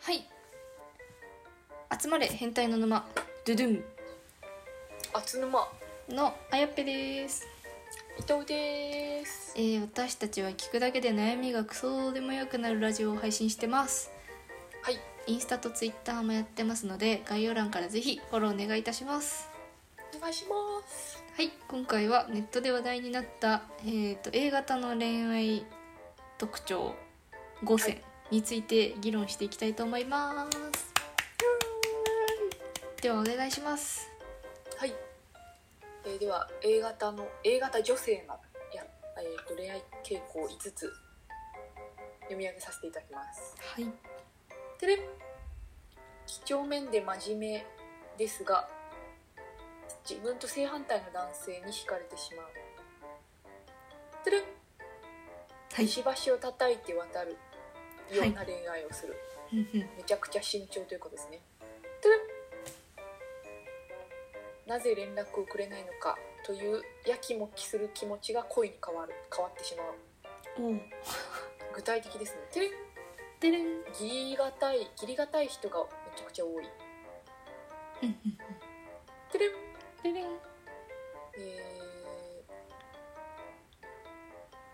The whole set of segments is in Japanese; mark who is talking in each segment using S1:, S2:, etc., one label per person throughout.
S1: はい集まれ変態の沼ドゥドゥ
S2: あつぬま
S1: ンのあやっぺです、
S2: 伊藤です
S1: えー、私たちは聞くだけで悩みがクソどうでもよくなるラジオを配信してます
S2: はい
S1: インスタとツイッターもやってますので概要欄からぜひフォローお願いいたします
S2: お願いします
S1: はい今回はネットで話題になった、えー、と A 型の恋愛特徴5選について議論していきたいと思いますではお願いします
S2: はい、えーでは A 型の A 型女性のいや、えー、と恋愛傾向5つ読み上げさせていただきます
S1: はい
S2: てれん几帳面で真面目ですが自分と正反対の男性に惹かれてしまうてれん
S1: はい
S2: 石橋を叩いて渡るような恋愛をする、
S1: うんうん
S2: めちゃくちゃ慎重ということですね。てれなぜ連絡をくれないのかというやきもきする気持ちが恋に変わる変わってしまう
S1: おう
S2: 具体的ですねてれ
S1: てれん
S2: 義理がたい義理がたい人がめちゃくちゃ多いてれん
S1: てれん
S2: えー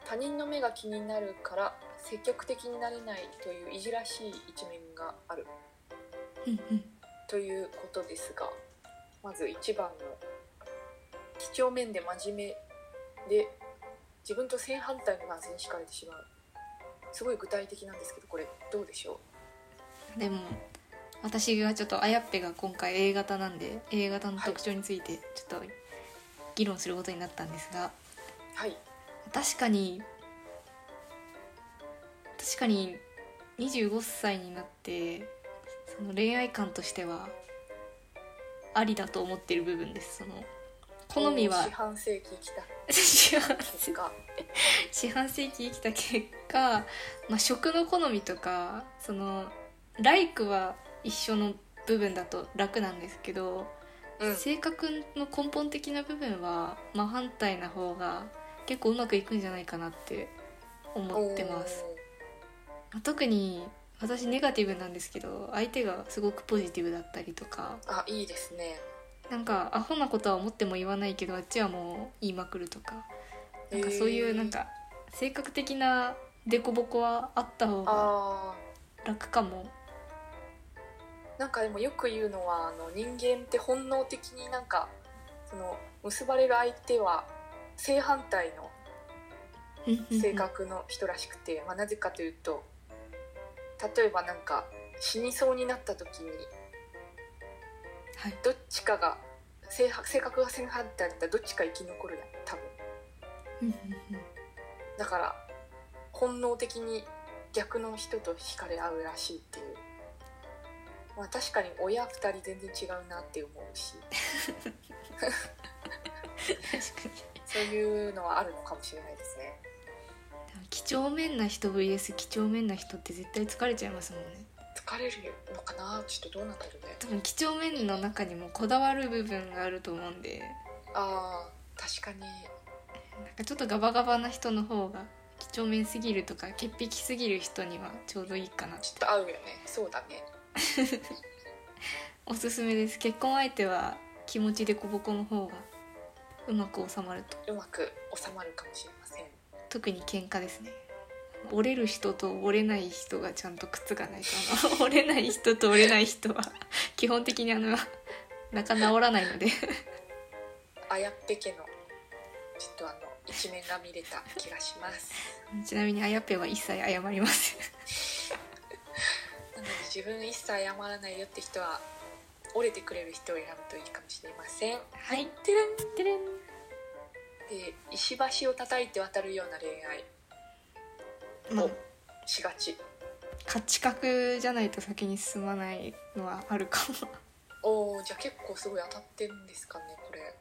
S2: 他人の目が気になるから積極的になれないといういじらしい一面があるということですがまず1番の「几帳面で真面目で自分と正反対の男性に惹かれてしまう」すごい具体的なんですけどこれどうでしょ
S1: でも私がちょっとあやっぺが今回 A 型なんで A 型の特徴についてちょっと議論することになったんですが、
S2: うはい
S1: 確かに確かに25歳になってその恋愛観としてはありだと思ってる部分ですその好みは
S2: 四半世紀生きた
S1: 四 半
S2: 結果
S1: 四半世紀生きた結果、まあ、食の好みとかそのライクは一緒の部分だと楽なんですけど、
S2: うん
S1: 性格の根本的な部分は真反対な方が結構うまくいくんじゃないかなって思ってます特に私ネガティブなんですけど相手がすごくポジティブだったりとか
S2: おーあいいですね
S1: なんかアホなことは思っても言わないけどあっちはもう言いまくるとかなんかそういうなんか性格的な凸凹はあった方が
S2: あー
S1: 楽かも
S2: なんかでもよく言うのはあの人間って本能的になんかその結ばれる相手は正反対の性格の人らしくて、まあ、なぜかというと例えばなんか死にそうになった時に
S1: はい
S2: どっちかが性格性格が正反対だったらどっちか生き残るやん多分だから本能的に逆の人と惹かれ合うらしいっていうまあ確かに親2人全然違うなって思うし
S1: 確かに
S2: そういうのはあるのかもしれないですね
S1: 几帳面な人 VS 几帳面な人って絶対疲れちゃいますもんね
S2: 疲れるのかなちょっとどうなんだろうね
S1: 多分几帳面の中にもこだわる部分があると思うんで
S2: あー確かに
S1: なんかちょっとガバガバな人の方が几帳面すぎるとか潔癖すぎる人にはちょうどいいかな
S2: ちょっと合うよねそうだね
S1: おすすめです結婚相手は気持ちでこぼこの方がうまく収まると
S2: うまく収まるかもしれません
S1: 特に喧嘩ですね折れる人と折れない人がちゃんとくっつかないと あの折れない人と折れない人は 基本的にあの なかなか治らないので
S2: あやっぺ家のちょっとあの一面が見れた気がします
S1: ちなみにあやぺは一切謝りません
S2: なので自分一切謝らないよって人は折れてくれる人を選ぶといいかもしれません
S1: はい
S2: てれん
S1: てれん
S2: で石橋を叩いて渡るような恋愛
S1: まあ
S2: おしがち
S1: 価値観じゃないと先に進まないのはあるかも
S2: おーじゃあ結構すごい当たってるんですかねこれ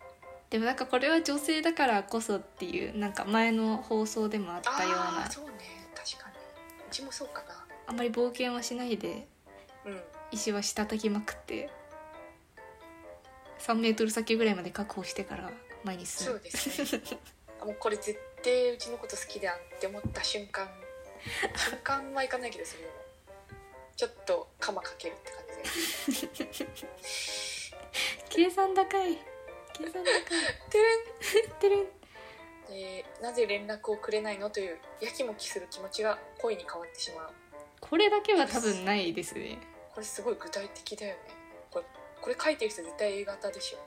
S1: でもなんかこれは女性だからこそっていうなんか前の放送でもあったよう
S2: あ
S1: な
S2: あそうね確かにうちもそうかな
S1: あんまり冒険はしないで
S2: うん
S1: 石は下叩きまくって3メートル先ぐらいまで確保してから前に進
S2: そ
S1: む
S2: うですねあもうこれ絶対うちのこと好きだって思った瞬間瞬間はいかないけどそれでもちょっと鎌
S1: 計算高い計算高い
S2: てる
S1: てるん
S2: んでなぜ連絡をくれないのというやきもきする気持ちが恋に変わってしまう
S1: これだけは多分ないですね
S2: これすごい具体的だよねこれこれ書いてる人絶対 A 型でしょ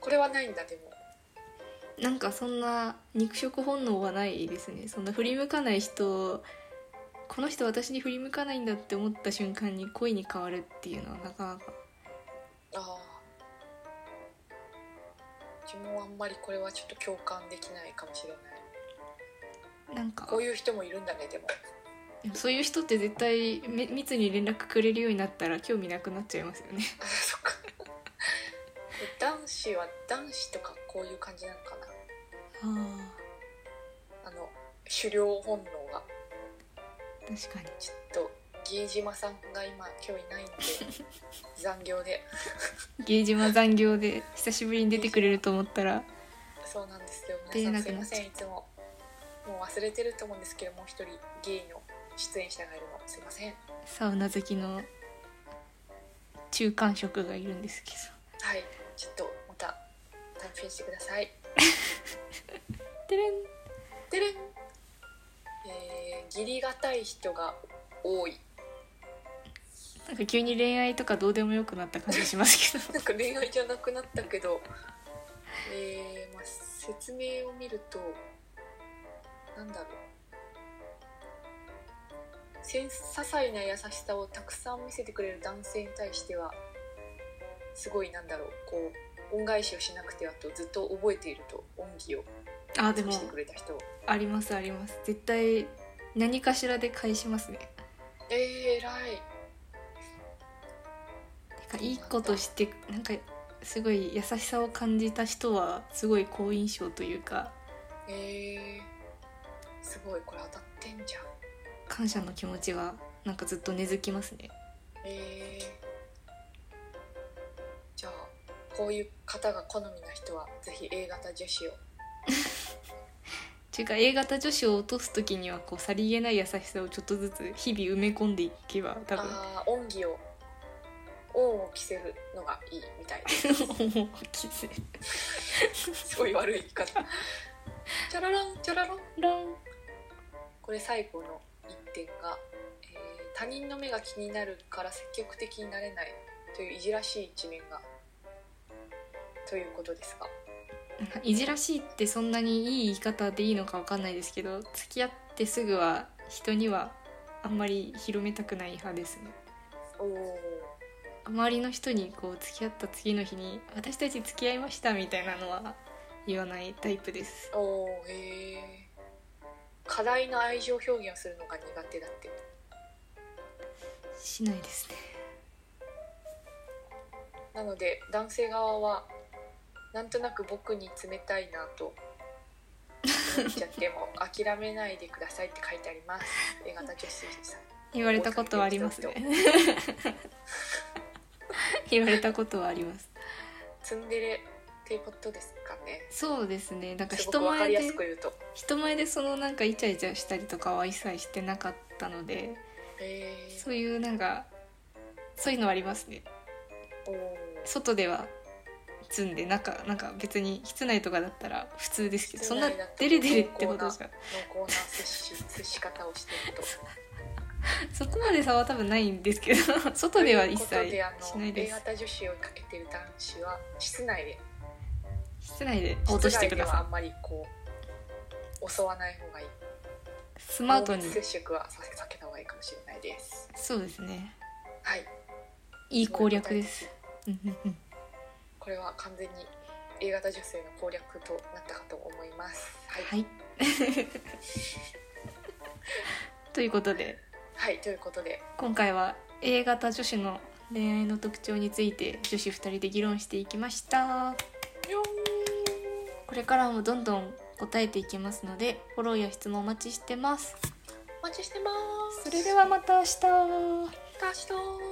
S2: これはないんだでも
S1: なんかそんな肉食本能はないですねそんな振り向かない人この人私に振り向かないんだって思った瞬間に恋に変わるっていうのはなかなか
S2: ああ自分はあんまりこれはちょっと共感できないかもしれない
S1: なんか
S2: こういう人もいるんだねでも
S1: でもそういう人って絶対め密に連絡くれるようになったら興味なくなっちゃいますよね
S2: あ そっか男子は男子とかこういう感じなのか
S1: あ
S2: なあの狩猟本能が
S1: あ確かに
S2: ちょっとギー島さんが今今日いないん で残業で
S1: 芸島残業で久しぶりに出てくれると思ったら
S2: そうなんですよ
S1: 出れ
S2: 皆さ
S1: なん
S2: す
S1: く
S2: い
S1: なっちゃう
S2: ませ
S1: ん
S2: いつももう忘れてると思うんですけどもう一人ゲイの出演者がいるのすいません
S1: サウナ好きの中間職がいるんですけ
S2: はいちょっとまた探検してください
S1: どてれん
S2: でれんえー、義理がたい人が多い
S1: なんか急に恋愛とかどうでもよくなった感じしますけど
S2: なんか恋愛じゃなくなったけど、えーまあ、説明を見るとなんだろうせん些細な優しさをたくさん見せてくれる男性に対してはすごいなんだろうこう恩返しをしなくてはとずっと覚えていると恩義を
S1: あでも
S2: 尽してくれた人
S1: ありますあります絶対何かしらで返しますね
S2: えー、偉い
S1: なんかいいことしてなんかすごい優しさを感じた人はすごい好印象というか
S2: えー、すごいこれ当たってんじゃん
S1: 感謝の気持ちがなんかずっと根付きますね
S2: えーじゃあこういう方が好みな人はぜひ A 型女子を
S1: というか A 型女子を落とす時にはこうさりげない優しさをちょっとずつ日々埋め込んでいけば多分
S2: ああ恩義を恩を着せるのがいいみたいです
S1: 思う気せ
S2: すごい悪い言い方チャラランチャララン
S1: らん
S2: これ最後の1点が、えー他人の目が気になるから積極的になれないといういじらしい一面がということですが
S1: なんかいじらしいってそんなにいい言い方でいいのかわかんないですけど付き合ってすぐは人にはあんまり広めたくない派ですね
S2: おお
S1: 周りの人にこう付き合った次の日に「私たち付き合いました」みたいなのは言わないタイプです
S2: おおへえ課題の愛情表現をするのが苦手だって
S1: しないですね
S2: なので男性側はなんとなく僕に冷たいなと思っちゃっても諦めないでくださいって書いてあります A 型女子さん
S1: 言われたことはあります ね言われたことはあります
S2: ツンデレっていうことですかね
S1: そうですねなんか
S2: すご
S1: 人
S2: くわか
S1: 前
S2: りや
S1: です
S2: く言うと
S1: 人前でそのなんかイチャイチャしたりとかは一切してなかったので
S2: へえ
S1: そういうなんかそういうのはありますね
S2: おー
S1: 外では積んで中なんか別に室内とかだったら普通ですけどそんな
S2: 室内だと
S1: デレデレってことじゃ
S2: 濃厚な接し接し方をしてると
S1: そこまで差は多分ないんです けど外では一
S2: ということ
S1: 切
S2: であ
S1: し
S2: の
S1: ないで
S2: A
S1: す
S2: 型女子をかけてる男子は室内で
S1: 室内で落としてくだ
S2: 室内ではあ
S1: さ
S2: んまりこう襲わない方がいい
S1: いスマートに
S2: 濃密接触はさ避けた方がいいかもしれないです
S1: そうですね
S2: はい
S1: いい攻略ですうんうんうん
S2: これは完全に A 型女性の攻略となったかと思いますはい、
S1: はい ということで
S2: はいということで
S1: 今回は A 型女子の恋愛の特徴について女子2人で議論していきましたこれからもどんどん答えていきますのでフォローや質問お待ちしてます
S2: お待ちしてます
S1: それではまた明日
S2: また明日